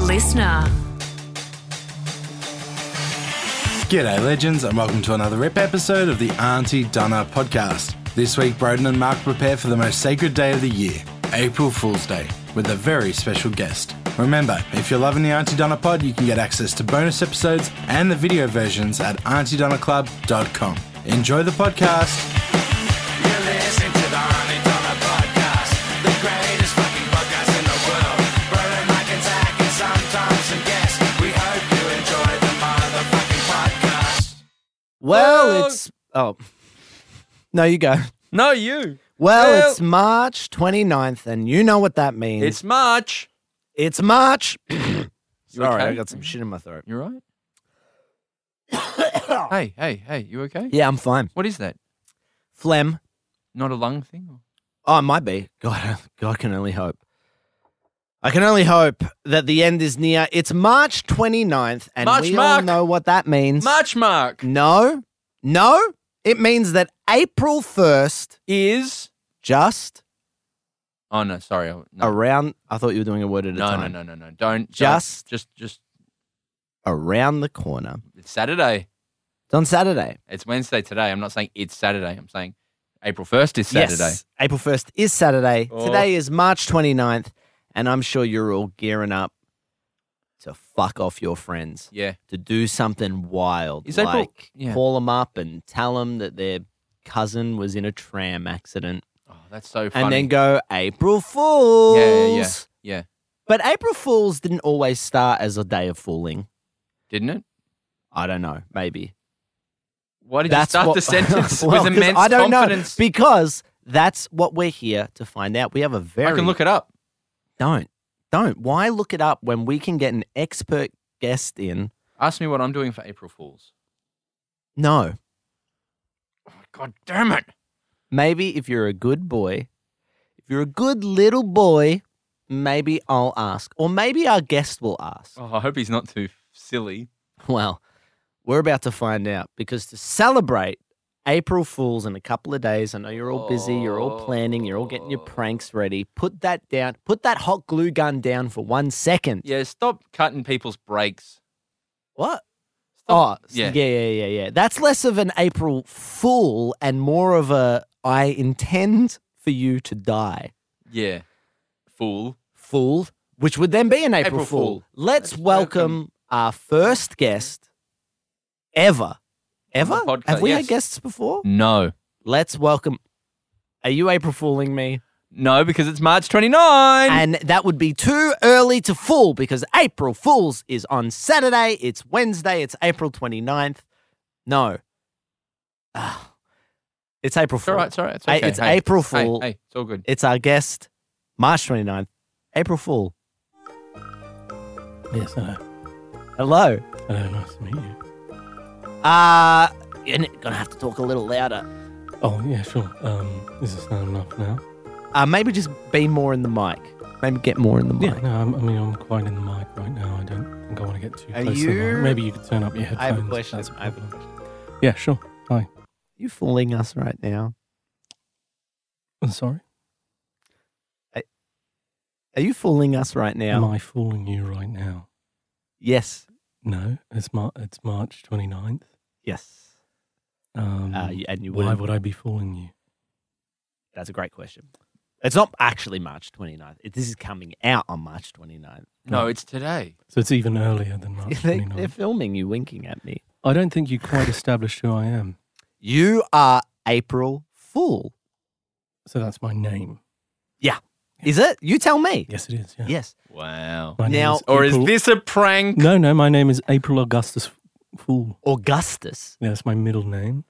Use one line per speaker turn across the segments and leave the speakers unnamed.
listener.
G'day, legends, and welcome to another rep episode of the Auntie Dunner podcast. This week, Broden and Mark prepare for the most sacred day of the year, April Fool's Day, with a very special guest. Remember, if you're loving the Auntie Dunner pod, you can get access to bonus episodes and the video versions at auntiedonnerclub.com. Enjoy the podcast.
You're listening to the Honey Dollar Podcast, the greatest fucking podcast in the world. Brother Mike and Zach and sometimes some guests. We hope you enjoy the motherfucking podcast.
Well,
Well-
it's oh. No, you go.
No, you.
Well,
Well-
it's March 29th and you know what that means.
It's March.
it's March.
You
Sorry,
okay?
I got some shit in my throat.
You're right. hey, hey, hey, you okay?
Yeah, I'm fine.
What is that?
Phlegm.
Not a lung thing?
Oh, it might be. God, God can only hope. I can only hope that the end is near. It's March 29th and
March
we all
Mark.
know what that means.
March Mark
No. No. It means that April 1st
is.
just
Oh no, sorry. I- No,
around I thought you were doing a word at a
no,
time.
no, no, no, no. Don't
Just-
don't- just, just.
Around the corner.
It's Saturday.
It's on Saturday.
It's Wednesday today. I'm not saying it's Saturday. I'm saying April first is Saturday.
Yes. April 1st is Saturday.
Oh.
Today is March 29th, and I'm sure you're all gearing up to fuck off your friends,
Yeah.
to do something wild.
Is
like
April- yeah.
call them up and tell them that their cousin was in a tram accident,
Oh, that's so funny.
and then go, April Fools.
Yeah, yeah, yeah, yeah.
But April Fools didn't always start as a day of fooling.
Didn't it?
I don't know. Maybe.
Why did you start the sentence
Well,
with
'cause
immense
I don't
confidence?
know because that's what we're here to find out. We have a very
I can look it up.
don't don't why look it up when we can get an expert guest in.
Ask me what I'm doing for April Fools.
No,
Oh, God damn it!
maybe if you're a good boy, if you're a good little boy, maybe I'll ask, or maybe our guest will ask.
Oh, I hope he's not too silly.
Well, we're about to find out because to celebrate April Fools in a couple of days, I know you're all busy, you're all planning, you're all getting your pranks ready. Put that down, put that hot glue gun down for one second.
Yeah, stop cutting people's breaks.
What? Oh,
Stop.
s- yeah. yeah, yeah, yeah, That's less of an April Fool and more of a I intend for you to die
yeah. Fool.
fool, which would then be an April,
April
Fool.
Fool.
Let's,
Let's
welcome,
welcome-
our first guest ever. Ever?
the podcast,
Have we had
yes.
guests before?
No.
Let's welcome. Are you April fooling me?
No, because it's March 29.
And that would be too early to fool because April Fools is on Saturday. It's Wednesday. It's April 29th. No. Ah. it's April
it's all
Fool.
right. It's all right. It's,
Hey,
okay.
it's April
hey,
Fool.
Hey, it's all good.
It's our guest, March 29th, April Fool.
Yes, hello.
Hello.
Hello, nice to meet you.
Uh, you're going to have to talk a little louder.
Oh, yeah, sure. Um, is this loud enough now?
Uh, maybe just be more in the mic. Maybe get more in the mic.
Yeah, no, I'm, I mean, I'm quite in the mic right now. I don't think I want to get too
Are
close to the
you-
mic. Maybe you could turn up your headphones.
I have a
if
question.
that's
I have a
problem. Yeah, sure. Hi.
You fooling us right now.
I'm sorry.
Are you fooling us right now?
Am I fooling you right now?
Yes.
No, it's, Mar- it's March 29th.
Yes.
Um,
Uh, y- and you
why
wouldn't-
would I be fooling you?
That's a great question. It's not actually March 29th. It, this is coming out on March 29th.
No, it's today.
So it's even earlier than March
they,
29th.
they're filming you winking at me.
I don't think you quite established who I am.
You are April Fool.
So that's my name.
Is it? You tell me.
Yes, it is. Yeah.
Yes.
Wow.
My name
Now-
is
Or
April-
is this a prank?
No, no, my name is April Augustus Fool.
Augustus.
Yeah, That's my middle name.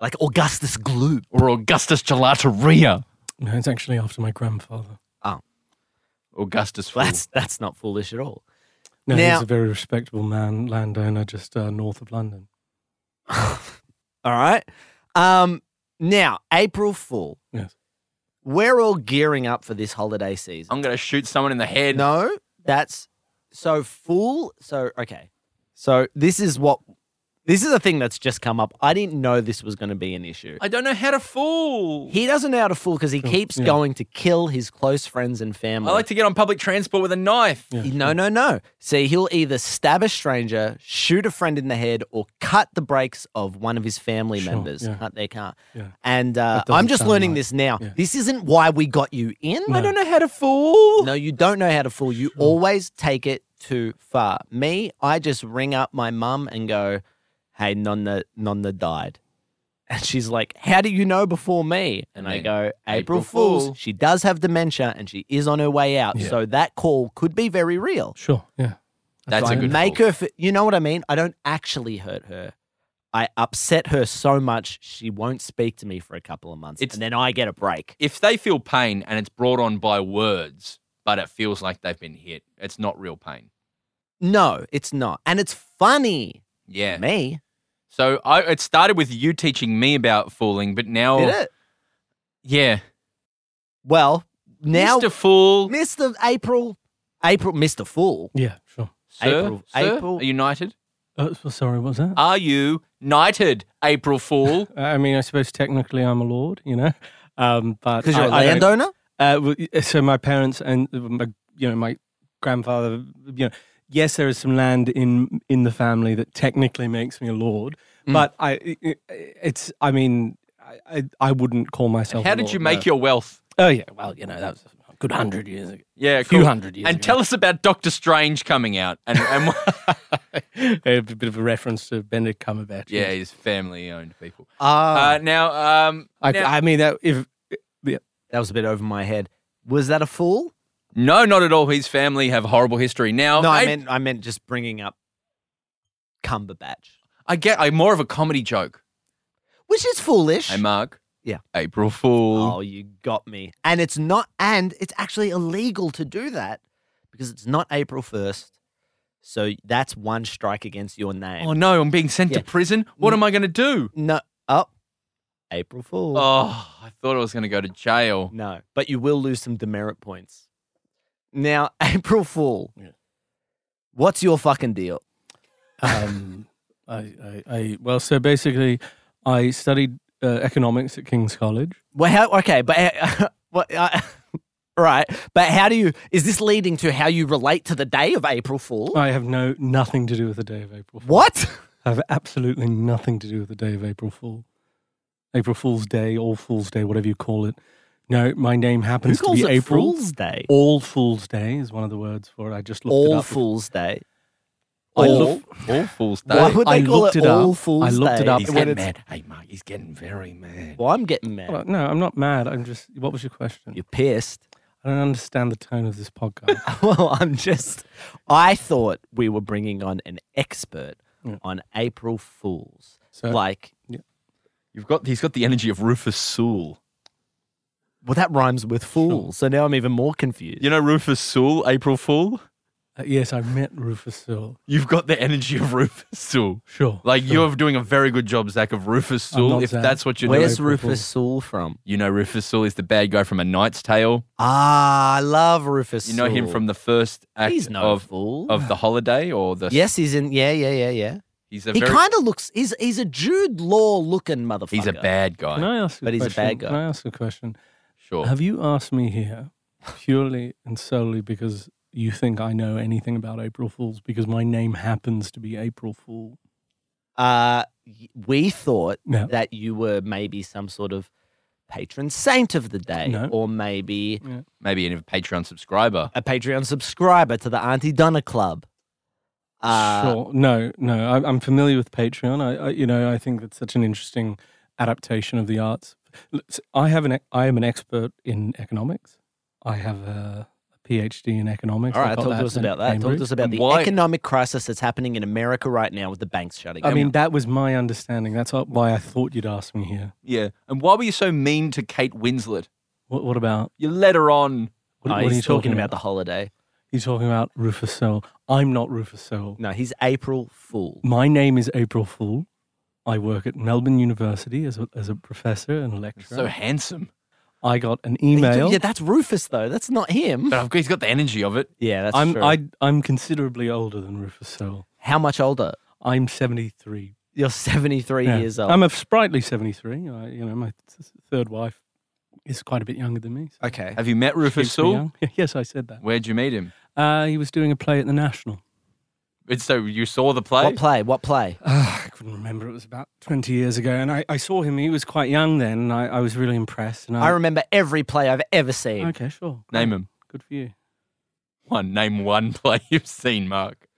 Like Augustus Gloop.
Or Augustus Gelateria?
No, it's actually after my grandfather.
Augustus Fool.
That's that's not foolish at all.
No,
Now-
he's a very respectable man, landowner just uh, north of London.
All right. Um now, April Fool.
Yes.
We're all gearing up for this holiday season.
I'm going to shoot someone in the head.
No, that's so full. So okay, so this is what This is a thing that's just come up. I didn't know this was going to be an issue.
I don't know how to fool.
He doesn't know how to fool because he keeps
yeah.
going to kill his close friends and family.
I like to get on public transport with a knife.
Yeah.
No, no, no. See, he'll either stab a stranger, shoot a friend in the head, or cut the brakes of one of his family
Sure,
members.
yeah.
Cut their car.
Yeah.
And uh,
That doesn't
I'm just
sound
learning
right.
this now.
Yeah.
This isn't why we got you in.
I don't know how to fool.
No, you don't know how to fool. You always take it too far. Me, I just ring up my mum and go, "Hey, Nonna, Nonna died," and she's like, "How do you know before me?" And I
Yeah.
go, "April,
April
Fools.
Fool."
She does have dementia, and she is on her way out.
Yeah.
So that call could be very real.
Sure. Yeah.
That's
I
a good
make
fool.
her. F- you know what I mean? I don't actually hurt her. I upset her so much she won't speak to me for a couple of months,
It's-
and then I get a break.
If they feel pain and it's brought on by words, but it feels like they've been hit, it's not real pain.
No, it's not, and it's funny.
Yeah.
Me,
So I, it started with you teaching me about fooling, but now,
did it?
yeah,
Well, now
Mr. Fool,
Mr. April, April, Mr. Fool.
Yeah. Sure.
sir,
April-
sir,
April-
are you knighted?
Uh, so- sorry. What's that?
Are you knighted, April Fool?
I mean, I suppose technically I'm a lord, you know, um, but
Because you're
I-
a
I don't-
landowner?
Uh, well, y- so my parents and uh, my, you know my grandfather, you know, yes, there is some land in in the family that technically makes me a lord,
Mm.
but I, i- i it's, I mean, I, I, I wouldn't call myself.
how did you make your wealth?
your? Oh yeah, well, you know, that was a good hundred years ago.
Yeah,
few
cool.
hundred years
And
ago.
tell us about Doctor Strange coming out. And, and
a bit of a reference to Benedict Cumberbatch.
yeah, he's family-owned people.
Ah,
Uh, now, um,
I,
now-
I mean that if
that was a bit over my head. Was that a fool?
no, not at all. His family have horrible history. Now,
no, Oh, I,
I,
meant I meant just bringing up Cumberbatch,
I get I'm more of a comedy joke.
which is foolish.
Hey, Mark.
Yeah.
April Fool.
oh, you got me. And it's not, and it's actually illegal to do that because it's not April first. So that's one strike against your name.
Oh, no, I'm being sent
Yeah.
to prison. What
Mm.
am I going to do?
No, oh, April Fool.
Oh, I thought I was going to go to jail.
No, but you will lose some demerit points. Now, April Fool.
Yeah.
What's your fucking deal?
um, I, I, I well, so basically, I studied uh, economics at King's College.
Well, how, okay, but uh, what, uh, right, but how do you? Is this leading to how you relate to the day of April Fool?
I have no nothing to do with the day of April. Fool.
What?
I have absolutely nothing to do with the day of April Fool. April Fool's Day, All Fool's Day, whatever you call it. No, my name
Who
happens to
calls
be
it
April.
Fool's Day?
All Fool's Day is one of the words for it. I just looked it
All
up.
Fool's Day.
I
All-
look-
All Fool's Day.
Why would they
I
call
looked
it
it up.
All Fool's
I looked
Day?
it up.
He's
when
getting
it's-
mad. Hey, Mark, he's getting very mad.
Well, I'm getting mad.
Well, no, I'm not mad. I'm just. What was your question?
You're pissed.
I don't understand the tone of this podcast.
Well, I'm just. I thought we were bringing on an expert
Yeah.
on April Fools.
So-
like,
You've got, he's got the energy of Rufus Sewell.
well, that rhymes with fool. So now I'm even more confused.
You know Rufus Sewell, April Fool?
Uh, yes, I met Rufus Sewell.
You've got the energy of Rufus Sewell.
Sure.
Like,
sure.
you're doing a very good job, Zach, of Rufus
I'm
Sewell,
not
if
Zach.
that's what you're
Where's
doing.
April Fool.
Rufus Sewell from?
You know Rufus Sewell is the bad guy from A Knight's Tale.
Ah, I love Rufus.
You know him
Sewell.
from the first act
He's no
of,
fool.
of The Holiday or the...
yes, he's in. Yeah, yeah, yeah, yeah.
He's a
He
very...
kind of looks. He's he's a Jude Law looking motherfucker.
He's a bad guy.
Can I ask? you
But he's a bad
question?
guy.
Can I ask a question?
Sure.
Have you asked me here purely and solely because you think I know anything about April Fools because my name happens to be April Fool?
Uh, y- we thought
No.
that you were maybe some sort of patron saint of the day,
No.
or maybe
Maybe a Patreon subscriber.
a Patreon subscriber to the Auntie Donna Club. Uh,
sure. No, no. I, I'm familiar with Patreon. I, I, you know, I think that's such an interesting adaptation of the arts. L- s- I have an, e- I am an expert in economics. I have a PhD in economics.
All
I
right,
got
talk to us
at
about that. Talk
Cambridge.
to us about the
Why-
economic crisis that's happening in America right now with the banks shutting down. Uh,
I mean, that was my understanding. That's why I thought you'd ask me here.
Yeah. And why were you so mean to Kate Winslet?
What, what about?
You let her on.
What,
Oh,
what
he's
are you
talking,
about?
about the holiday.
You're talking about Rufus Sewell. I'm not Rufus Sewell.
No, he's April Fool.
My name is April Fool. I work at Melbourne University as a, as a professor and a lecturer.
So handsome.
I got an
He's-
email.
Yeah, that's Rufus though. That's not him.
But I've, he's got the energy of it.
Yeah, that's
I'm
true.
I, I'm considerably older than Rufus Sewell.
How much older?
I'm 73.
You're 73
Yeah.
years old.
I'm a sprightly 73. I, you know, my th- third wife is quite a bit younger than me. so
okay.
Have you met Rufus
keeps me
Sewell?
young. yes, I said that.
Where'd you meet him?
Uh, he was doing a play at the National.
And so you saw the play?
What play? What play?
Ah, I couldn't remember. It was about 20 years ago. And I, I saw him. He was quite young then. And I, I was really impressed. And I,
I remember every play I've ever seen.
Uh, Okay, sure.
Name him.
Good for you.
One. Name one play you've seen, Mark.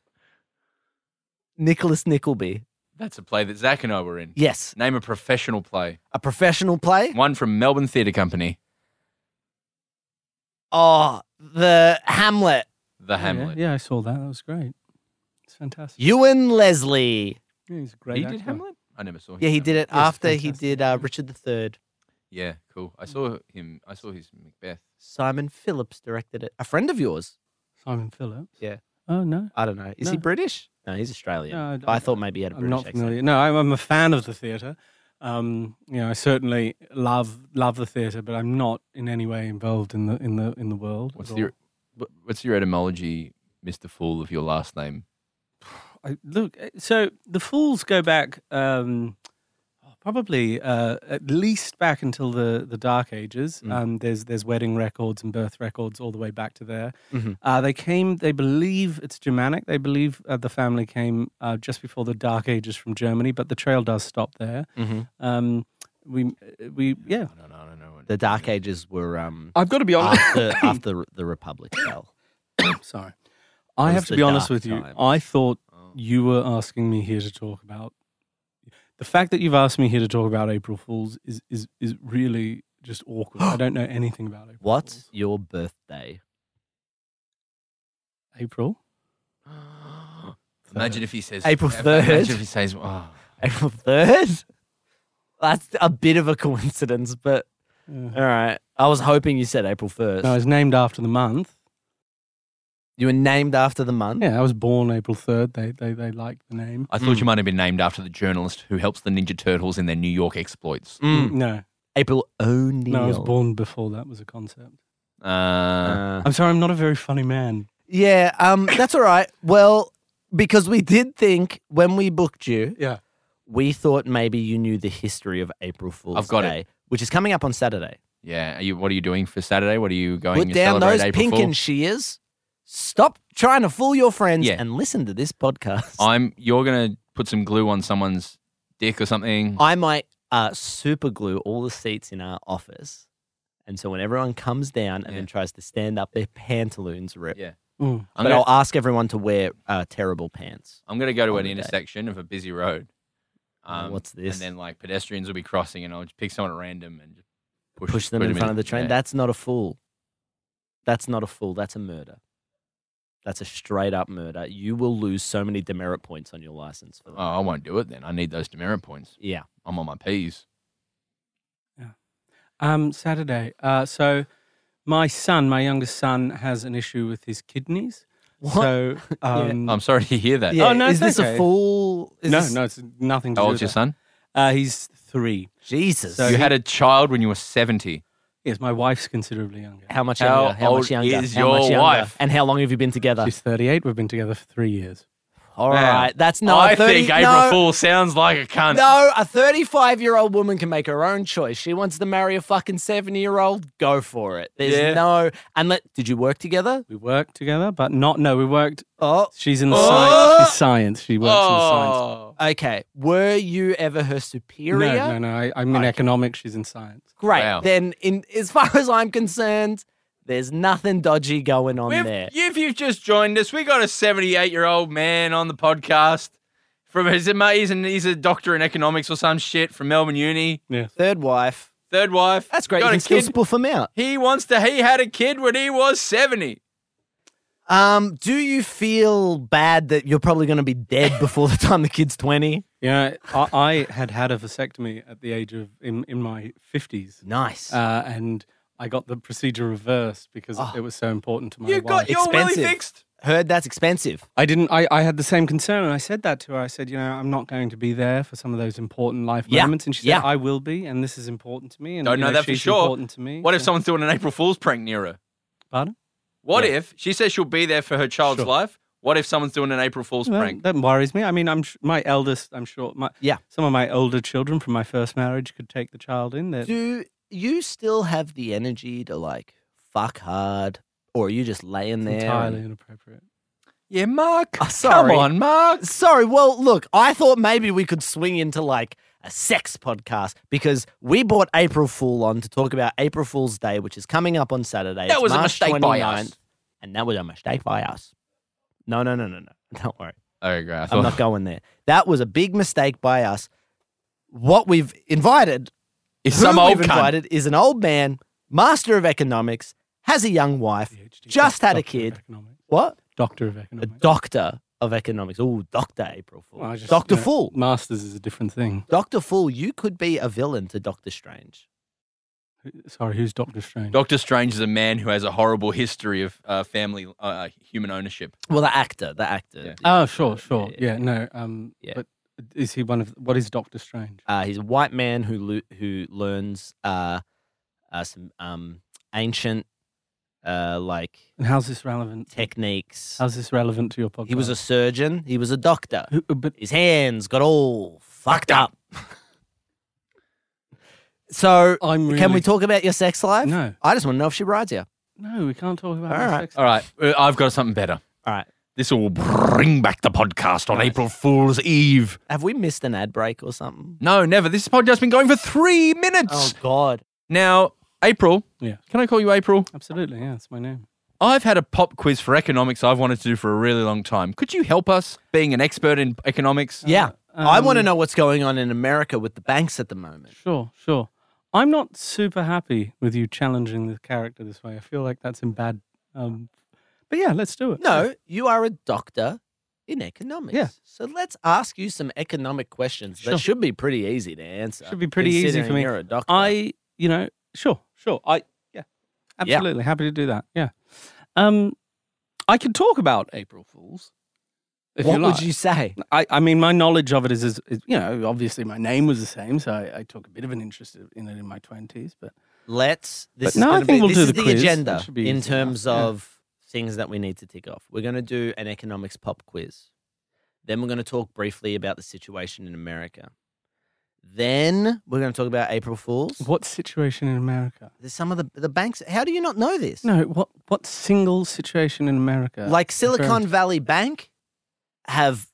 Nicholas Nickleby.
That's a play that Zach and I were in.
Yes,
Name a professional play.
a professional play.
One from Melbourne Theatre Company,
Oh, the Hamlet.
The Hamlet.
Yeah, I saw that. That was great. It's fantastic.
Ewan Leslie.
Yeah, he's a great.
He
actor.
did Hamlet? I never saw him.
Yeah, he
Hamlet.
did it
Yes,
after he
fantastic.
did uh, Richard III.
Yeah, cool. I saw him. I saw his Macbeth.
Simon Phillips directed it. A friend of yours?
Simon Phillips.
Yeah.
Oh no,
I don't know. Is he
No.
British? No, he's Australian.
No, I
But I,
don't-
thought maybe he had a
I'm
British
not
accent.
familiar. No, I'm, I'm a fan of the theatre. Um, you know, I certainly love love the theatre, but I'm not in any way involved in the in the in the world. at
What's
all.
your wh- What's your etymology, Mister Fool, of your last name?
I, look, uh, so the fools go back um, probably uh, at least back until the, the Dark Ages.
Mm.
Um, there's there's wedding records and birth records all the way back to there.
Mm-hmm.
Uh, they came, they believe it's Germanic. They believe uh, the family came uh, just before the Dark Ages from Germany, but the trail does stop there.
Mm-hmm.
Um, we we yeah.
I don't know. I don't know. What,
The Dark Ages were um,
I've got to be
after, after the Republic fell.
Sorry, I
was
have to
the
be honest
dark
with you.
time. Oh.
I thought you were asking me here to talk about the fact that you've asked me here to talk about April Fools is is is really just awkward. I don't know anything about April.
What's
Fools.
your birthday?
April?
imagine if he says
April
Imagine
3rd.
if he says, oh,
April 3rd? That's a bit of a coincidence, but all right. I was hoping you said April 1st.
Uh, No, it's named after the month.
you were named after the month.
Yeah, I was born April third. They they they liked the name.
"I thought you might have been named after the journalist who helps the Ninja Turtles in their New York exploits."
Mm.
No,
April O'Neill.
no, I was born before that was a concept.
Uh,
Uh,
I'm sorry, I'm not a very funny man.
Yeah, um, that's all right. Well, because we did think when we booked you,
Yeah.
we thought maybe you knew the history of April Fool's
I've got it.
Day, which is coming up on Saturday.
yeah. Are you, what are you doing for Saturday? What are Oh, you going
Put
to
down
celebrate
those
April
pink
Fool?
and shears. Stop trying to fool your friends
Yeah.
and listen to this podcast. I,
I'm. You're gonna put some glue on someone's dick or something.
might uh, super glue all the seats in our office. And so when everyone comes down and
Yeah.
then tries to stand up, their pantaloons rip.
Yeah.
Mm.
I'm
but
gonna,
I'll ask everyone to wear uh, terrible pants.
I'm gonna go to
on
an
the day.
intersection of a busy road. um,
Oh, what's this?
And then like pedestrians will be crossing, and I'll just pick someone at random and just push,
push them
put
in front of the train.
yeah.
That's not a fool. That's not a fool. That's a murder. That's a straight up murder. You will lose so many demerit points on your license for that.
Oh, I won't do it then. I need those demerit points.
Yeah.
I'm on my P's.
Um, Saturday. Uh, so my son, my youngest son, has an issue with his kidneys.
What?
So um,
I'm sorry to hear that.
yeah.
Oh, no,
is
it's
this
okay.
a fool? Is
no,
this-
no, it's nothing. To
How
do
old's
with
your son?
that. Uh, he's three.
Jesus.
So
you
he-
had a child when you were 70.
Yes, my wife's considerably younger.
how much
How
younger? How
old
much younger?
is
how much
your
younger?
wife?
And how long have you been together?
She's 38. We've been together for three years.
All
Man,
right. That's not
I
a 30,
think April
no,
Fool sounds like a cunt.
No, a 35 year old woman can make her own choice. She wants to marry a fucking 70 year old, go for it. There's
Yeah.
no. And let, did you work together?
We worked together, but not. No, we worked.
Oh.
She's in the
Oh!
science. She's science. She works in the science.
Oh.
Okay. Were you ever her
No,
superior?
no, no. I, I'm in economics. She's in science.
Great.
Wow.
Then, in as far as I'm concerned, there's nothing dodgy going on there.
If, if Oh. you've just joined us, we got a 78 year old man on the podcast. From his, he's, an, he's a doctor in economics or some shit from Melbourne Uni.
Yes.
Third wife.
Third wife.
That's great.
Got
you
a
can still
kid.
spoof them out.
he wants to. He had a kid when he was 70.
Um, do you feel bad that you're probably going to be dead before the time the kid's 20?
Yeah, I, I had had a vasectomy at the age of in, in my 50s.
Nice.
uh, and I got the procedure reversed because it was so important to my
Ah. You
wife.
got your willy
Oh, Expensive.
fixed.
Heard that's expensive.
I didn't. I, I had the same concern, and I said that to her. I said, you know, I'm not going to be there for some of those important life
Yeah,
moments, and she
yeah.
said, I will be, and this is important to me. And
Don't
you
know that for
she's
sure.
Important to me.
What if
Yeah.
someone's doing an April Fool's prank near her?
Pardon?
What if she says she'll be there for her child's
Sure.
life? What if someone's doing an April Fool's
Well,
prank?
That worries me. I mean, I'm sh- my eldest. I'm sure. My,
Yeah.
Some of my older children from my first marriage could take the child in. They're-
Do you still have the energy to like fuck hard, or are you just laying
It's
there?
entirely
and-
inappropriate.
Yeah, Mark.
Oh, sorry.
Come on, Mark.
Sorry. Well, look, I thought maybe we could swing into like a sex podcast because we brought April Fool on to talk about April Fool's Day, which is coming up on Saturday.
That
It's
was a
March
mistake by us.
29th, and that was a mistake by us. No, no, no, no, no. Don't worry.
Okay, Oh, great. I
I'm
thought-
not going there. That was a big mistake by us. What we've invited,
It's
who
some old
we've
cunt.
invited, is an old man, master of economics, has a young wife.
PhD,
Just had a
doctor of
kid.
economics.
What?
Doctor of
A
economics.
doctor of economics. Oh, Doctor April Fool.
Well, I just-
Doctor
you know,
Fool.
Masters is a different thing.
Doctor Fool, you could be a villain to Doctor Strange.
Sorry, who's Doctor Strange?
Doctor Strange is a man who has a horrible history of uh, family uh, human ownership.
Well, the actor, the actor.
Yeah.
oh, sure, sure.
yeah,
Yeah, no. Um,
Yeah.
But is he one of what is Doctor Strange?
Uh, he's a white man who lo- who learns uh, uh, some um, ancient uh, like
And how's this relevant?
techniques.
How's this relevant to your podcast?
He was a surgeon. He was a doctor.
Who, but
His hands got all fucked up. so,
I'm. Really,
can we talk about your sex life?
No.
I just want to know if she rides you.
No, we can't talk about.
All
our
right.
sex-
All right, uh, I've got something better.
All right.
This will bring back the podcast on April Fool's Eve.
Have we missed an ad break or something?
No, never. This podcast's been going for three minutes.
Oh, God.
Now, April.
Yeah.
Can I call you April?
Absolutely. Yeah, that's my name.
I've had a pop quiz for economics I've wanted to do for a really long time. Could you help us being an expert in economics?
Yeah. I want to
um,
know what's going on in America with the banks at the moment.
Sure, sure. I'm not super happy with you challenging the character this way. I feel like that's in bad. Um, but yeah, let's do it.
No, you are a doctor in economics.
Yeah.
So let's ask you some economic questions
Sure.
that should be pretty easy to answer.
Should be pretty easy for
considering
me.
You're a doctor.
I, you know, sure, sure. I, yeah,
Yeah.
absolutely happy to do that. Yeah. Um, I could talk about April Fools. If
what
you
would
like.
you say?
I, I mean, my knowledge of it is, is, is, you know, obviously my name was the same, so I, I took a bit of an interest in it in my twenties. But
Let's. This is
But no, I
gonna
think
be,
we'll
this
do
is
the
the
quiz.
agenda
That should be
in
easy enough,
terms
yeah.
of things that we need to tick off. We're going to do an economics pop quiz. Then we're going to talk briefly about the situation in America. Then we're going to talk about April Fools.
what situation in America?
There's some of the the banks. How do you not know this?
No, what what single situation in America?
like
referring
Silicon
to-
Valley Bank have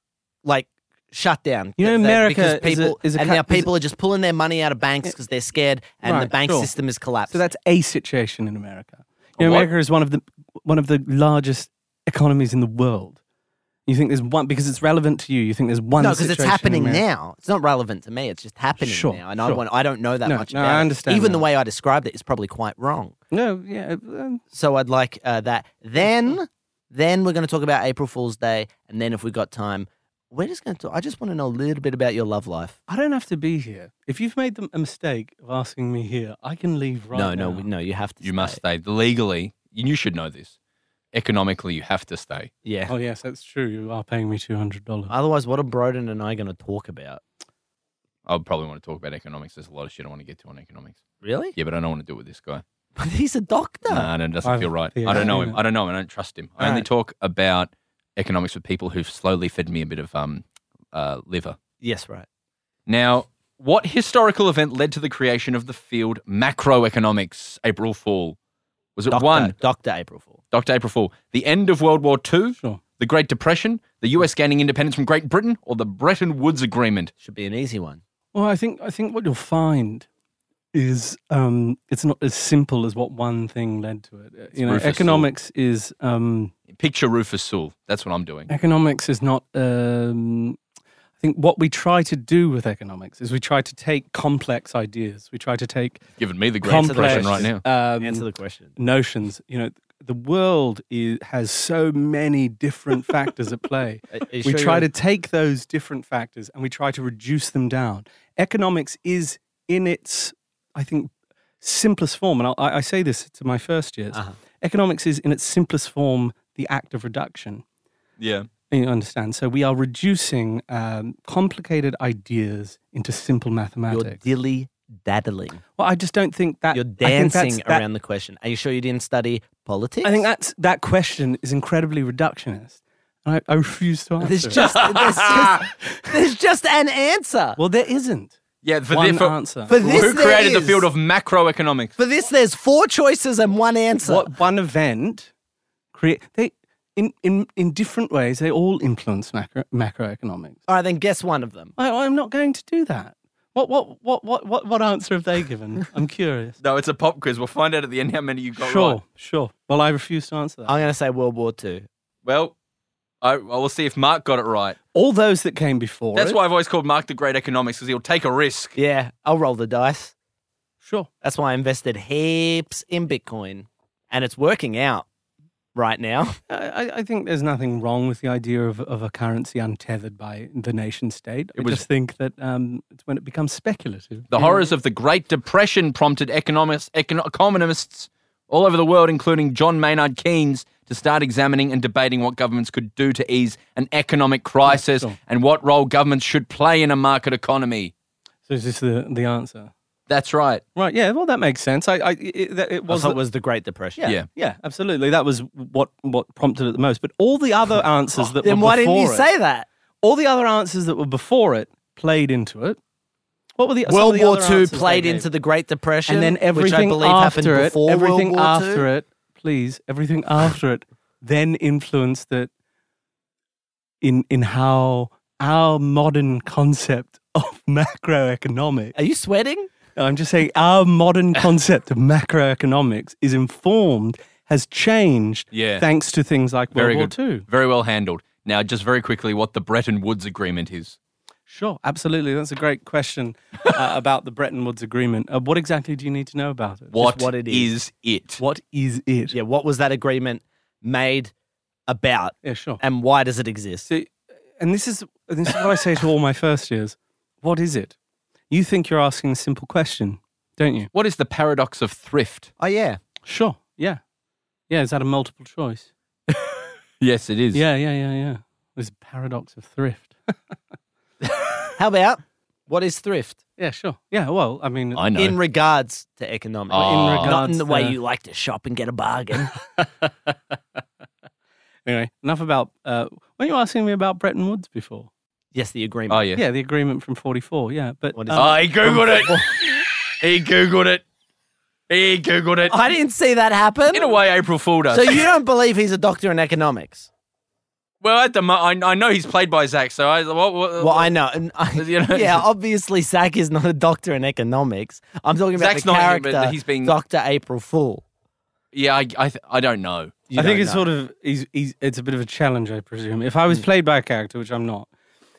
like shut down.
You know,
Th- that- because
America is a-
people
is a
and
cou-
now
is a-
people are just pulling their money out of banks because they're scared and the
Right,
bank
sure.
system is collapsed.
So that's a situation in America. You
A
know,
what?
America is one of the one of the largest economies in the world. You think there's one because it's relevant to you. You think there's one.
no, because it's
situation in
happening
America.
now. It's not relevant to me. It's just happening
Sure,
now, and I
sure.
want. I don't know that
No,
much.
no,
about
I
it.
understand
Even the
that.
way I described it is probably quite wrong.
No, yeah, um,
So I'd like uh, that. Then, then we're going to talk about April Fool's Day, and then if we got time, we're just going to. I just want to know a little bit about your love life.
I don't have to be here. If you've made the, a mistake of asking me here, I can leave right
no,
now.
no, we- no. You have to.
You
stay.
must stay. Legally, you should know this. Economically, you have to stay.
Yeah.
Oh yes, that's true. You are paying me two hundred dollars.
Otherwise, what are Broden and I going to talk about?
I'll probably want to talk about economics. There's a lot of shit I want to get to on economics.
Really?
Yeah, but I don't want to do it with this guy.
But he's a doctor.
Nah, no, it doesn't
I've-
feel right.
yeah,
I don't know
yeah.
him. I don't know him. I don't trust him. I
All
only
right.
talk about economics with people who've slowly fed me a bit of um, uh, liver.
Yes, right.
Now, what historical event led to the creation of the field macroeconomics, April Fool? Was it
Doctor,
one,
Doctor April Fool.
Dr. April Fool, the end of World War II,
Sure.
the Great Depression, the US gaining independence from Great Britain, or the Bretton Woods Agreement?
Should be an easy one.
Well, I think I think what you'll find is um, it's not as simple as what one thing led to it. Uh, you know,
Rufus Sewell.
economics is um,
Picture Rufus Sewell. That's what I'm doing.
economics is not. Um, I think what we try to do with economics is we try to take complex ideas. We try to take
Giving me the Great
complex
Depression right now.
Um,
Answer the question.
notions. You know, the world is, has so many different factors at play. we try to take those different factors and we try to reduce them down. Economics is in its, I think, simplest form, and I'll- I, I say this to my first years.
Uh-huh.
Economics is in its simplest form the act of reduction.
Yeah.
You understand? So we are reducing um, complicated ideas into simple
You're
mathematics.
dilly daddling.
well, I just don't think that
You're
I think that's-
dancing
that-
around the question. Are you sure you didn't study politics?
I think that's that question is incredibly reductionist. I, I refuse to answer.
There's just, there's just there's just an answer.
well, there isn't
Yeah, for
one
this, for,
answer.
For this,
who
there
created the
is-
field of macroeconomics?
For this, there's four choices and one answer.
what one event create they in, in in different ways they all influence macro macroeconomics.
All right, then guess one of them.
I, I'm not going to do that. What what what what what what answer have they given? I'm curious.
No, it's a pop quiz. We'll find out at the end how many you got
sure,
right.
sure. Well, I refuse to answer that.
I'm going to say World War Two.
Well, I, I will see if Mark got it right.
all those that came before.
That's
it-
why I've always called Mark the Great Economics because he'll take a risk.
Yeah, I'll roll the dice.
Sure.
That's why I invested heaps in Bitcoin, and it's working out right now.
I- I, I think there's nothing wrong with the idea of, of a currency untethered by the nation state. I
was-
just think that um, it's when it becomes speculative.
The horrors of the Great Depression prompted economists, econo- economists all over the world, including John Maynard Keynes, to start examining and debating what governments could do to ease an economic crisis
sure.
and what role governments should play in a market economy.
So is this the, the answer?
That's right.
Right. Yeah. Well, that makes sense. I, I it, that- it was.
Also, it was the Great Depression.
Yeah.
yeah, absolutely. That was what what prompted it the most. But all the other answers that
Oh, Then
were
why didn't you
before it-
say that?
all the other answers that were before it played into it. What were the some of
World
the
War
other
Two
answers they
played
gave?
into the Great Depression,
and then
which
everything
I believe
after
happened
it,
before
everything
World War
after
II.
it, please, everything after it, then influenced it in in how our modern concept of macroeconomics.
Are you sweating?
I'm just saying our modern concept of macroeconomics is informed, has changed,
Yeah.
thanks to things like
Very
World
good.
War II.
Very well handled. Now, just very quickly, what the Bretton Woods Agreement is.
Sure, absolutely. That's a great question uh, about the Bretton Woods Agreement. Uh, what exactly do you need to know about it?
what it is.
is it?
What is it?
Yeah. What was that agreement made about,
yeah sure.
and why does it exist?
So, and this is this is what I say to all my first years. What is it? You think you're asking a simple question, don't you?
What is the paradox of thrift?
Oh yeah.
Sure. Yeah. Yeah. Is that a multiple choice?
Yes, it is.
Yeah. Yeah. Yeah. Yeah. There's a paradox of thrift.
How about what is thrift
yeah. Sure. Yeah. Well, I mean,
I know.
in regards to economics?
Oh.
in
Not
regards
Not in the way
to-
you like to shop and get a bargain.
Anyway, enough about. Uh, weren't you asking me about Bretton Woods before?
yes, the agreement.
oh, yeah.
Yeah. the agreement from '44. Yeah, but
What is
um,
Oh, he Googled it. he Googled it. He Googled it.
I didn't see that happen.
In a way, April fooled us.
So you don't believe he's a doctor in economics?
well, at the mo- I, I know he's played by Zach, so I. What, what,
Well, I know. and I-
You know-
yeah, obviously, Zach is not a doctor in economics. I'm talking about
Zach's
the
not, but
character.
he's being-
Doctor April Fool.
yeah, I, I, th- I don't know.
You
I
don't
think it's
know. Hmm.
sort of he's, he's, it's a bit of a challenge, I presume. If I was played by a character, which I'm not,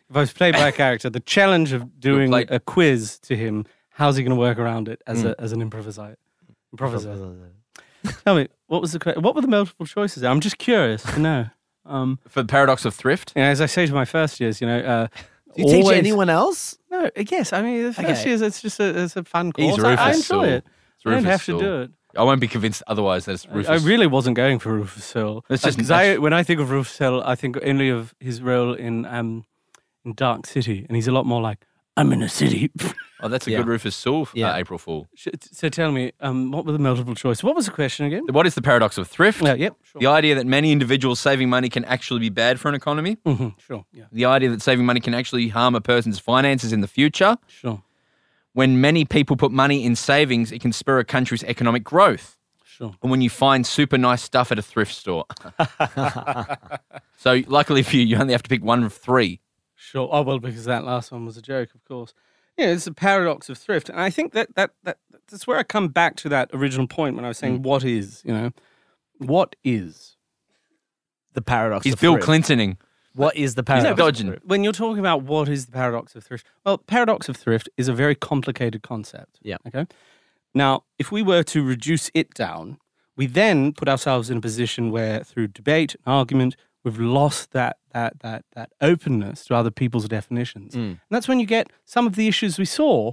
if I was played by a character, the challenge of doing
played-
a quiz to him, how's he going to work around it as
Hmm.
a as an improviser? Improviser. Tell me, what was the que- what were the multiple choices? there? I'm just curious to know. Um,
For the paradox of thrift?
and as I say to my first years, you know, uh,
Do you teach
always-
anyone else?
No, yes, I mean the first
Okay.
years it's just a it's a fun
He's
course. I, I enjoy
Rufus Sewell.
it.
It's
I don't
Rufus
have to
Sewell.
do it.
I won't be convinced otherwise. That's Rufus.
I really wasn't going for Rufus Hill.
That's just-
Because I, when I think of Rufus Hill, I think only of his role in um, in Dark City, and he's a lot more like I'm in a city.
oh, that's a
Yeah.
good Rufus Sewell for
Yeah.
uh, April Fool.
Sh- so tell me, um, what were the multiple choice? What was the question again?
What is the paradox of thrift?
Yeah, yep, sure,
The idea that many individuals saving money can actually be bad for an economy.
Mhm, sure, yeah,
The idea that saving money can actually harm a person's finances in the future.
sure,
When many people put money in savings, it can spur a country's economic growth.
sure.
and when you find super nice stuff at a thrift store. so luckily for you, you only have to pick one of three.
Sure. Oh well, because that last one was a joke, of course. Yeah, it's a paradox of thrift, and I think that that that that's where I come back to that original point when I was saying
Mm.
what is, you know, what is
The paradox.
He's
of
Bill
thrift.
Clintoning.
What is the
He's
paradox?
dodging.
when you're talking about what is the paradox of thrift, well, paradox of thrift is a very complicated concept.
Yeah.
Okay. Now, if we were to reduce it down, we then put ourselves in a position where, through debate and argument, we've lost that that that that openness to other people's
Mm.
definitions, and that's when you get some of the issues we saw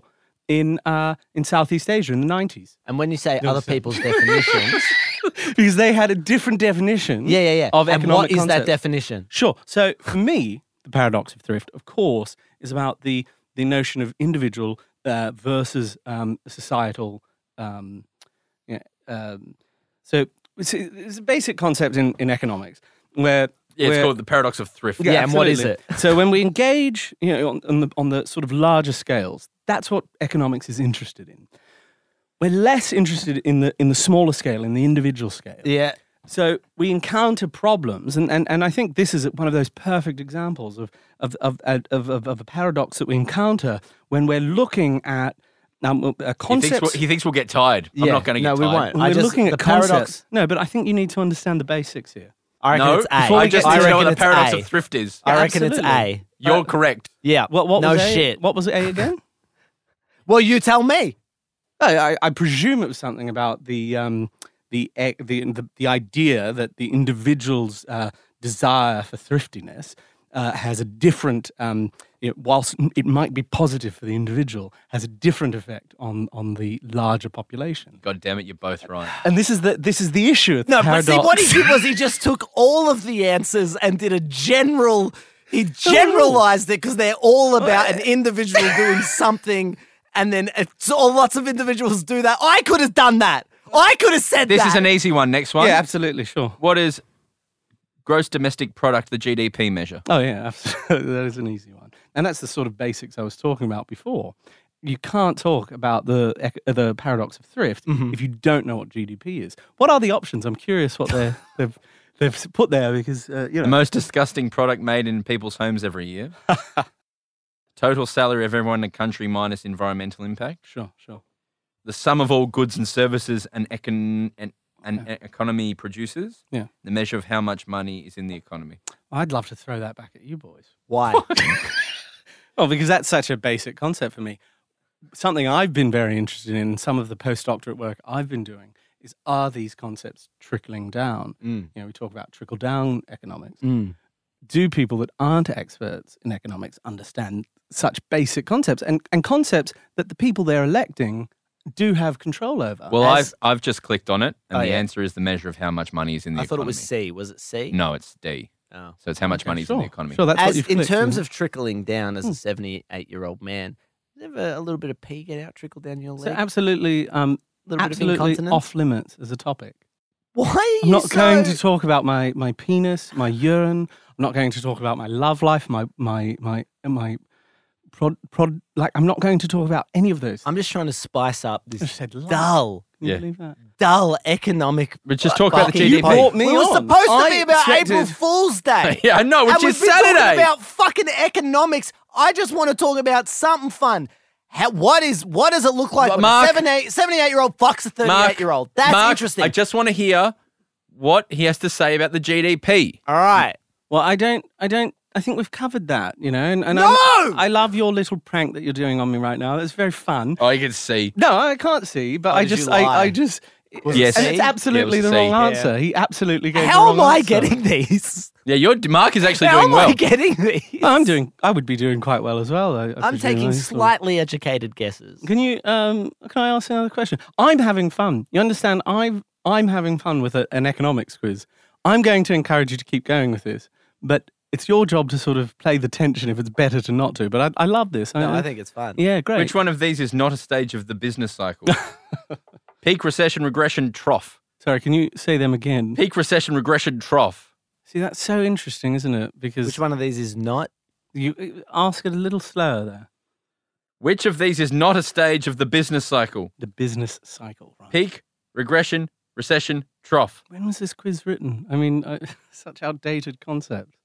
in uh, in Southeast Asia in the '90s,
And when you say other people's definitions,
because they had a different definition.
yeah, yeah, yeah.
Of
and
economic
what is that
concepts.
definition?
Sure. So for me, the paradox of thrift, of course, is about the the notion of individual uh, versus um, societal. Um, yeah, um, so it's, it's a basic concept in, in economics where
Yeah, it's
Where-
called the paradox of thrift.
Yeah. and what is
absolutely. so when we engage, you know, on, on the on the sort of larger scales, that's what economics is interested in. We're less interested in the in the smaller scale, in the individual scale.
Yeah.
So we encounter problems, and, and, and I think this is one of those perfect examples of of, of, of, of, of a paradox that we encounter when we're looking at um, a
He thinks,
concept.
we'll, he thinks we'll get tired. I'm
Yeah.
not going to get
No,
tired.
we won't.
when
I
we're
just-
looking at
the
concepts.
paradox-
No, but I think you need to understand the basics here.
I reckon
no,
it's A. I
I just need to know
reckon
what the
it's
paradox
A.
of thrift is.
I reckon Uh, it's
Absolutely.
A.
You're correct.
Yeah.
What what
no
was A,
shit.
What was A again?
Well, you tell me.
I, I, I presume it was something about the um, the, e- the the the idea that the individual's uh, desire for thriftiness uh, has a different, um, it, whilst it might be positive for the individual, has a different effect on on the larger population.
God damn it, you're both right.
And this is the this is the issue. with
No,
paradox.
but see, what he did was he just took all of the answers and did a general. He generalized it because they're all about an individual doing something, and then it's all lots of individuals do that. I could have done that. I could have said
This
that.
is an easy one. Next one.
yeah, absolutely, sure.
What is gross domestic product, the GDP measure?
Oh yeah, absolutely. that is an easy one, and that's the sort of basics I was talking about before. You can't talk about the ec- uh, the paradox of thrift if you don't know what GDP is. What are the options? I'm curious what they they've they've s- put there because uh, you
The
know.
most disgusting product made in people's homes every year. Total salary of everyone in the country minus environmental impact.
Sure, sure.
The sum of all goods and services an, econ- an, an e- economy produces.
Yeah.
The measure of how much money is in the economy.
I'd love to throw that back at you boys.
Why?
Well, because that's such a basic concept for me. Something I've been very interested in, some of the postdoctorate work I've been doing, is are these concepts trickling down?
Mm.
You know, we talk about trickle down economics. Do people that aren't experts in economics understand such basic concepts and, and concepts that the people they're electing do have control over?
Well,
As-
I've, I've just clicked on it, and
Oh,
the
yeah.
answer is the measure of how much money is in the
I thought
economy.
it was C. Was it C?
No, it's D.
Oh.
So it's how much money is in
sure,
the economy.
Sure, that's what
As,
you've
in
clicked,
terms
isn't Hmm.
of trickling down as a 78 year old man, never a little bit of pee get out, trickle down your
it?
leg?
so absolutely, um,
little bit of
absolutely
incontinence?
off limits as a topic.
Why are
I'm
you
not
so-
going to talk about my, my penis, my urine. I'm not going to talk about my love life, my my my my prod prod. Like I'm not going to talk about any of those.
I'm just trying to spice up
I
this
said love.
dull,
Can you
Yeah.
believe that?
dull economic.
But just talk about the
fucking-
GDP. You brought
me
we were
on.
supposed to
I
be about
expected-
April Fool's Day.
Yeah, I know,
And
which
we've
is
been talking
Saturday.
about fucking economics. I just want to talk about something fun. How, what is what does it look like
Well,
when
Mark-
a 78, 78 year old fucks a 38 year old? That's
Mark,
interesting.
I just want to hear what he has to say about the GDP.
All right.
Well, I don't. I don't. I think we've covered that. You know, and, and
No!
I'm, I love your little prank that you're doing on me right now. That's very fun.
Oh, you can see.
No, I can't see, but
Oh,
I
did
just,
you lie?
I, I just.
Was
it Yes.
and
C?
it's
Yeah, it
absolutely
was
the
C.
wrong
Yeah.
answer. He absolutely gave.
How
the wrong
am I
answer.
getting these?
Yeah, your Mark is actually
How am
doing well.
I getting these?
Oh, I'm doing. I would be doing quite well as well. I, I
I'm
presume.
taking
I sort of-
slightly educated guesses.
Can you um can I ask another question? I'm having fun. You understand I've I'm having fun with a, an economics quiz. I'm going to encourage you to keep going with this, but it's your job to sort of play the tension if it's better to not to. But I, I love this.
No, I think it's fun.
Yeah, great.
Which one of these is not a stage of the business cycle? Peak recession, regression, trough.
Sorry, can you say them again?
Peak recession, regression, trough.
See, that's so interesting, isn't it? Because
Which one of these is not?
you ask it a little slower there.
Which of these is not a stage of the business cycle?
The business cycle, right?
Peak, regression, recession, trough.
When was this quiz written? I mean, I, such outdated concept.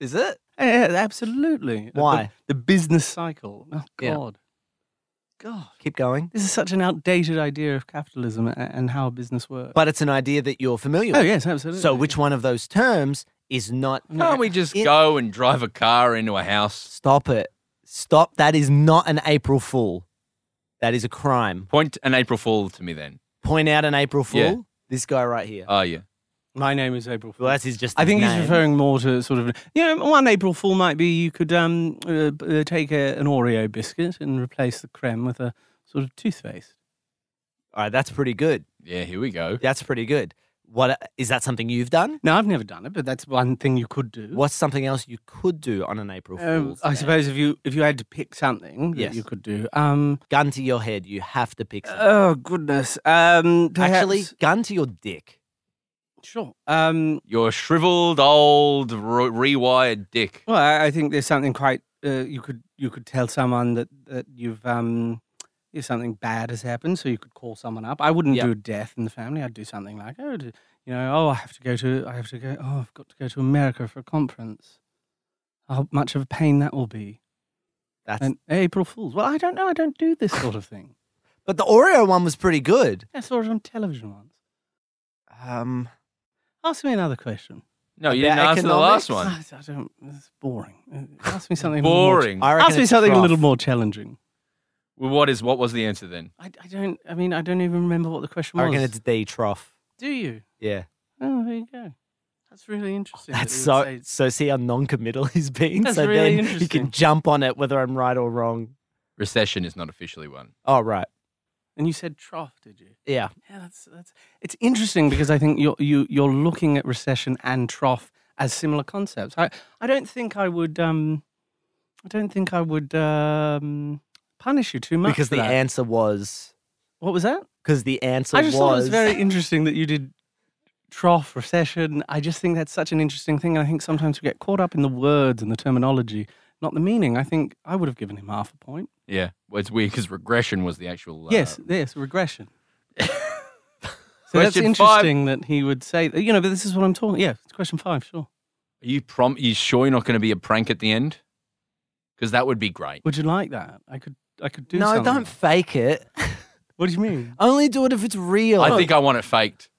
Is it?
Yeah, absolutely. The-
Why?
The, business cycle. Oh,
Yeah.
God. God.
Keep going.
This is such an outdated idea of capitalism a- and how business works.
But it's an idea that you're familiar
oh,
with.
yes, absolutely.
So which one of those terms is not?
Can't we just
It-
go and drive a car into a house?
Stop it. Stop. That is not an April Fool. That is a crime.
Point an April Fool to me then.
Point out an April Fool.
Yeah.
This guy right here.
Oh, yeah.
My name is April Fool.
well, that's his just.
I
his
think
name.
he's referring more to sort of, you know, one April Fool might be you could um, uh, b- uh, take a, an Oreo biscuit and replace the creme with a sort of toothpaste.
All right, that's pretty good.
Yeah, here we go.
That's pretty good. What is that? Something you've done?
Now, I've never done it, but that's one thing you could do.
What's something else you could do on an April
Um,
Fool's?
I
Day?
suppose if you if you had to pick something
Yes.
that you could do, um,
Gun to your head.
Uh,
You have to pick. Something.
oh goodness, um,
Actually,
perhaps-
gun to your dick.
sure. Um,
Your shriveled old re- rewired dick.
well, I, I think there's something quite uh, you could you could tell someone that that you've um, if something bad has happened, so you could call someone up. I wouldn't
Yeah.
do death in the family. I'd do something like oh, do, you know, oh, I have to go to I have to go. Oh, I've got to go to America for a conference. How much of a pain that will be.
That's,
And April Fools. Well, I don't know. I don't do this sort of thing.
but the Oreo one was pretty good.
I saw it on television once.
Um,
Ask me another question.
No, you
About
didn't answer the last
economics?
one.
I, I don't. It's boring. Uh, Ask me something. a little more ch-
Boring.
I reckon
Ask me
it's
something a
trough.
little more challenging.
Well, what is what was the answer then?
I, I don't. I mean, I don't even remember what the question
I
was.
reckon it's D trough.
Do you?
Yeah,
Oh, there you go. That's really interesting. that
that's
you would
so.
say-
So see how non-committal he's being.
That's
so
really
then he
interesting.
can jump on it whether I'm right or wrong.
Recession is not officially one.
Oh right,
And you said trough, did you?
yeah.
Yeah, that's that's. It's interesting because I think you're you you're looking at recession and trough as similar concepts. I I don't think I would um, I don't think I would um punish you too much
Because
for
the
that.
answer was
What was that?
because the answer
I just
was,
thought it was very interesting that you did trough recession. I just think that's such an interesting thing. And I think sometimes we get caught up in the words and the terminology, not the meaning. I think I would have given him half a point.
Yeah, well, it's weird because regression was the actual. Uh,
yes, yes, regression. so that's
Question five.
interesting that he would say, you know, but this is what I'm talking. Yeah, it's question five,
Are
sure.
you prom? you sure you're not going to be a prank at the end? Because that would be great.
Would you like that? I could, I could do.
no,
something.
don't fake it.
What do you mean?
Only do it if it's real.
I think I want it faked.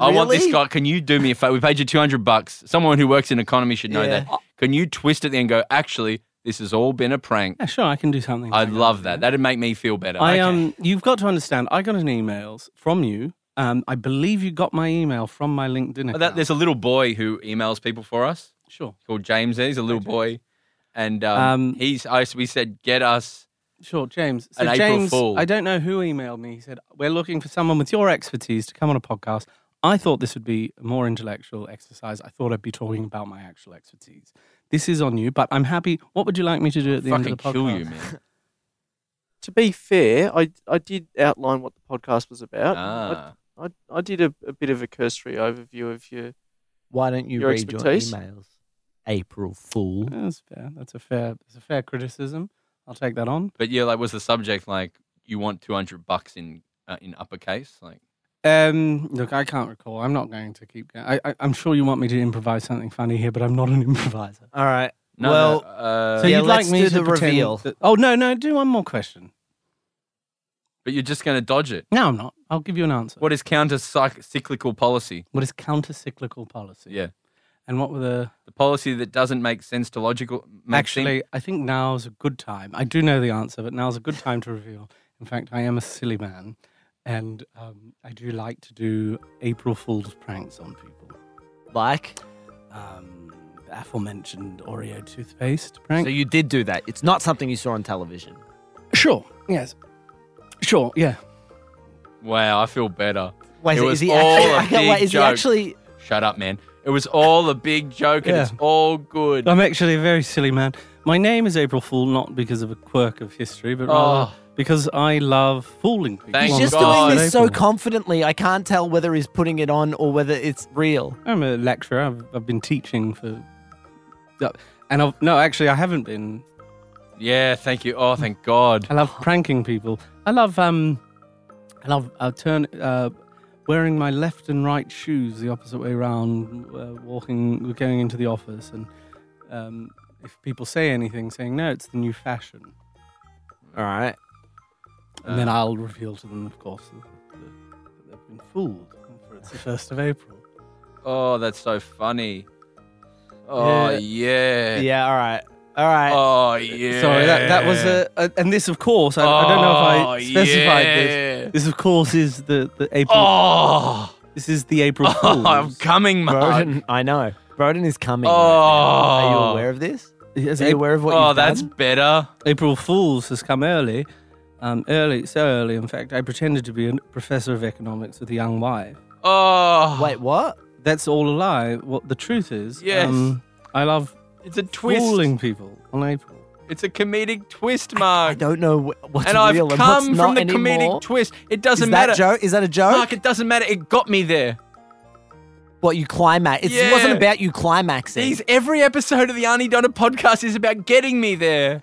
I want this
Really?
guy. Can you do me a favor? We paid you two hundred bucks. Someone who works in economy should know
Yeah.
that. Can you twist it and go? Actually, this has all been a prank.
Yeah, sure, I can do something.
I'd
like
love that. That'd make me feel better. Okay.
I um, you've got to understand. I got an emails from you. Um, I believe you got my email from my LinkedIn account.
But Oh, that, there's a little boy who emails people for us
sure,
called James. He's a little boy, and um,
Um,
he's. I, we said get us.
sure, James. So
An April
James,
Fool.
I don't know who emailed me. He said we're looking for someone with your expertise to come on a podcast. I thought this would be a more intellectual exercise. I thought I'd be talking about my actual expertise. This is on you, but I'm happy. What would you like me to do at the end
Fucking
of the podcast?
kill you, man.
To be fair, I, I did outline what the podcast was about.
ah.
I, I, I did a, a bit of a cursory overview of your.
Why don't you
Your
read
expertise?
your emails? April Fool.
Yeah, that's fair. That's a fair. That's a fair criticism. I'll take that on.
But yeah, like, was the subject like you want two hundred bucks in uh, in uppercase? Like,
Um, look, I can't recall. I'm not going to keep going. I, I, I'm sure you want me to improvise something funny here, but I'm not an improviser.
All right.
no,
well,
no, uh,
So
Yeah,
you'd like
let's
me
do
to
the
pretend
reveal.
that- oh no, no, do one more question.
but you're just gonna dodge it.
No, I'm not. I'll give you an answer.
What is counter psych- cyclical policy?
what is counter-cyclical policy?
Yeah,
And what were the?
the policy that doesn't make sense to logical. Make sense-
Actually, I think now's a good time. I do know the answer, but now's a good time to reveal. In fact, I am a silly man, and um, I do like to do April Fool's pranks on people.
like.
Um, the aforementioned Oreo toothpaste prank.
So you did do that. It's not something you saw on television.
Sure. Yes. Sure. Yeah.
wow, I feel better.
Wait,
it
is,
was
he
all
actually,
a big
wait, is
joke.
he actually?
Shut up, man. It was all a big joke, and
Yeah. Oh.
it's all good.
I'm actually a very silly man. My name is April Fool, not because of a quirk of history, but rather
Oh.
because I love fooling people.
Thank
He's
Oh,
just
God.
doing this so
April.
confidently. I can't tell whether he's putting it on or whether it's real.
I'm a lecturer. I've, I've been teaching for. No, And I've, no, actually, I haven't been.
Yeah, thank you. Oh, thank God.
I love pranking people. I love um, I love uh, turn uh, wearing my left and right shoes the opposite way around, uh, walking, going into the office, and um, if people say anything, saying no, it's the new fashion. Uh,
All right.
And then I'll reveal to them, of course, that, that they've been fooled. and For it's the 1st of April.
Oh, that's so funny. Oh,
Yeah.
yeah.
Yeah. All right. All right.
Oh, yeah.
Sorry, that, that was a, a. And this, of course, I, I don't know
Oh,
if I specified
yeah.
this. This, of course, is the, the April.
Oh,
This is the April
oh,
Fool's.
I'm coming, mate.
Broden, I know. Broden is coming.
Oh.
right now. Are you aware of this?
Yes,
Are you
April,
aware of what
Oh,
you've
that's
done?
better.
April Fool's has come early. Um, early, so early. In fact, I pretended to be a professor of economics with a young wife.
Oh,
Wait, what?
That's all a lie. What the truth is, um,
Yes.
I love
it's a twist.
fooling people on April.
It's a comedic twist,
I
Mark.
don't know wh- what's
And I've
real and what's
come
not
from the
anymore.
comedic twist. It
Is
doesn't
that
matter.
joke? Is that a joke?
Mark, it doesn't matter. It got me there.
What you climax? It
Yeah.
wasn't about you climaxing.
These every episode of the Arnie Donna podcast is about getting me there.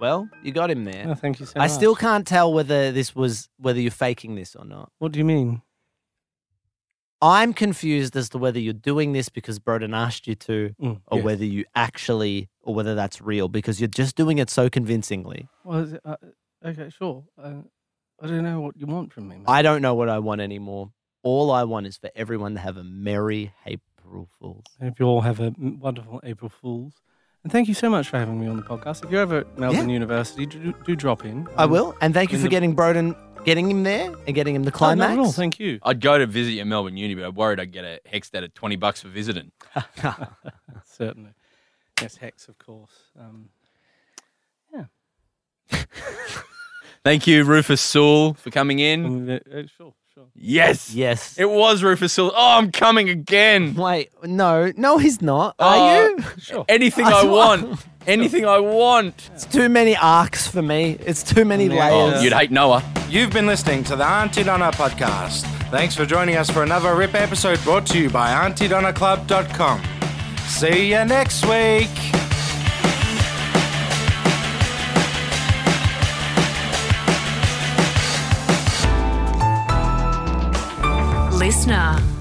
Well, you got him there.
Oh, thank you so
I
much.
still can't tell whether this was whether you're faking this or not.
What do you mean?
I'm confused as to whether you're doing this because Broden asked you to,
Mm,
or
yes.
whether you actually, or whether that's real because you're just doing it so convincingly.
Well, is it- uh, okay, sure. Uh, I don't know what you want from me. man.
I don't know what I want anymore. All I want is for everyone to have a merry April Fool's.
I hope you all have a m- wonderful April Fools. And thank you so much for having me on the podcast. If you're ever at Melbourne University, do, do drop in.
I
Um,
will, and thank you
in
for
the-
getting Broden, getting him there, and getting him the
no, Oh, not
climax.
at all. Thank you.
I'd go to visit your Melbourne Uni, but I'm worried I'd get a hex at twenty bucks for visiting.
Certainly. Yes, Hex, of course. Um,
Thank you, Rufus Sewell, for coming
Mm.
in.
and the- uh, sure, sure.
Yes.
yes.
It was Rufus Sewell. Oh, I'm coming again.
Wait, no, no, he's not. Are
Oh,
you?
Sure.
Anything I want. Anything I want.
It's too many arcs for me. It's too many
Yeah.
layers.
Oh, you'd hate Noah.
You've been listening to the Auntie Donna podcast. Thanks for joining us for another RIP episode brought to you by AuntieDonnaClub.com. See you next week.
Listener.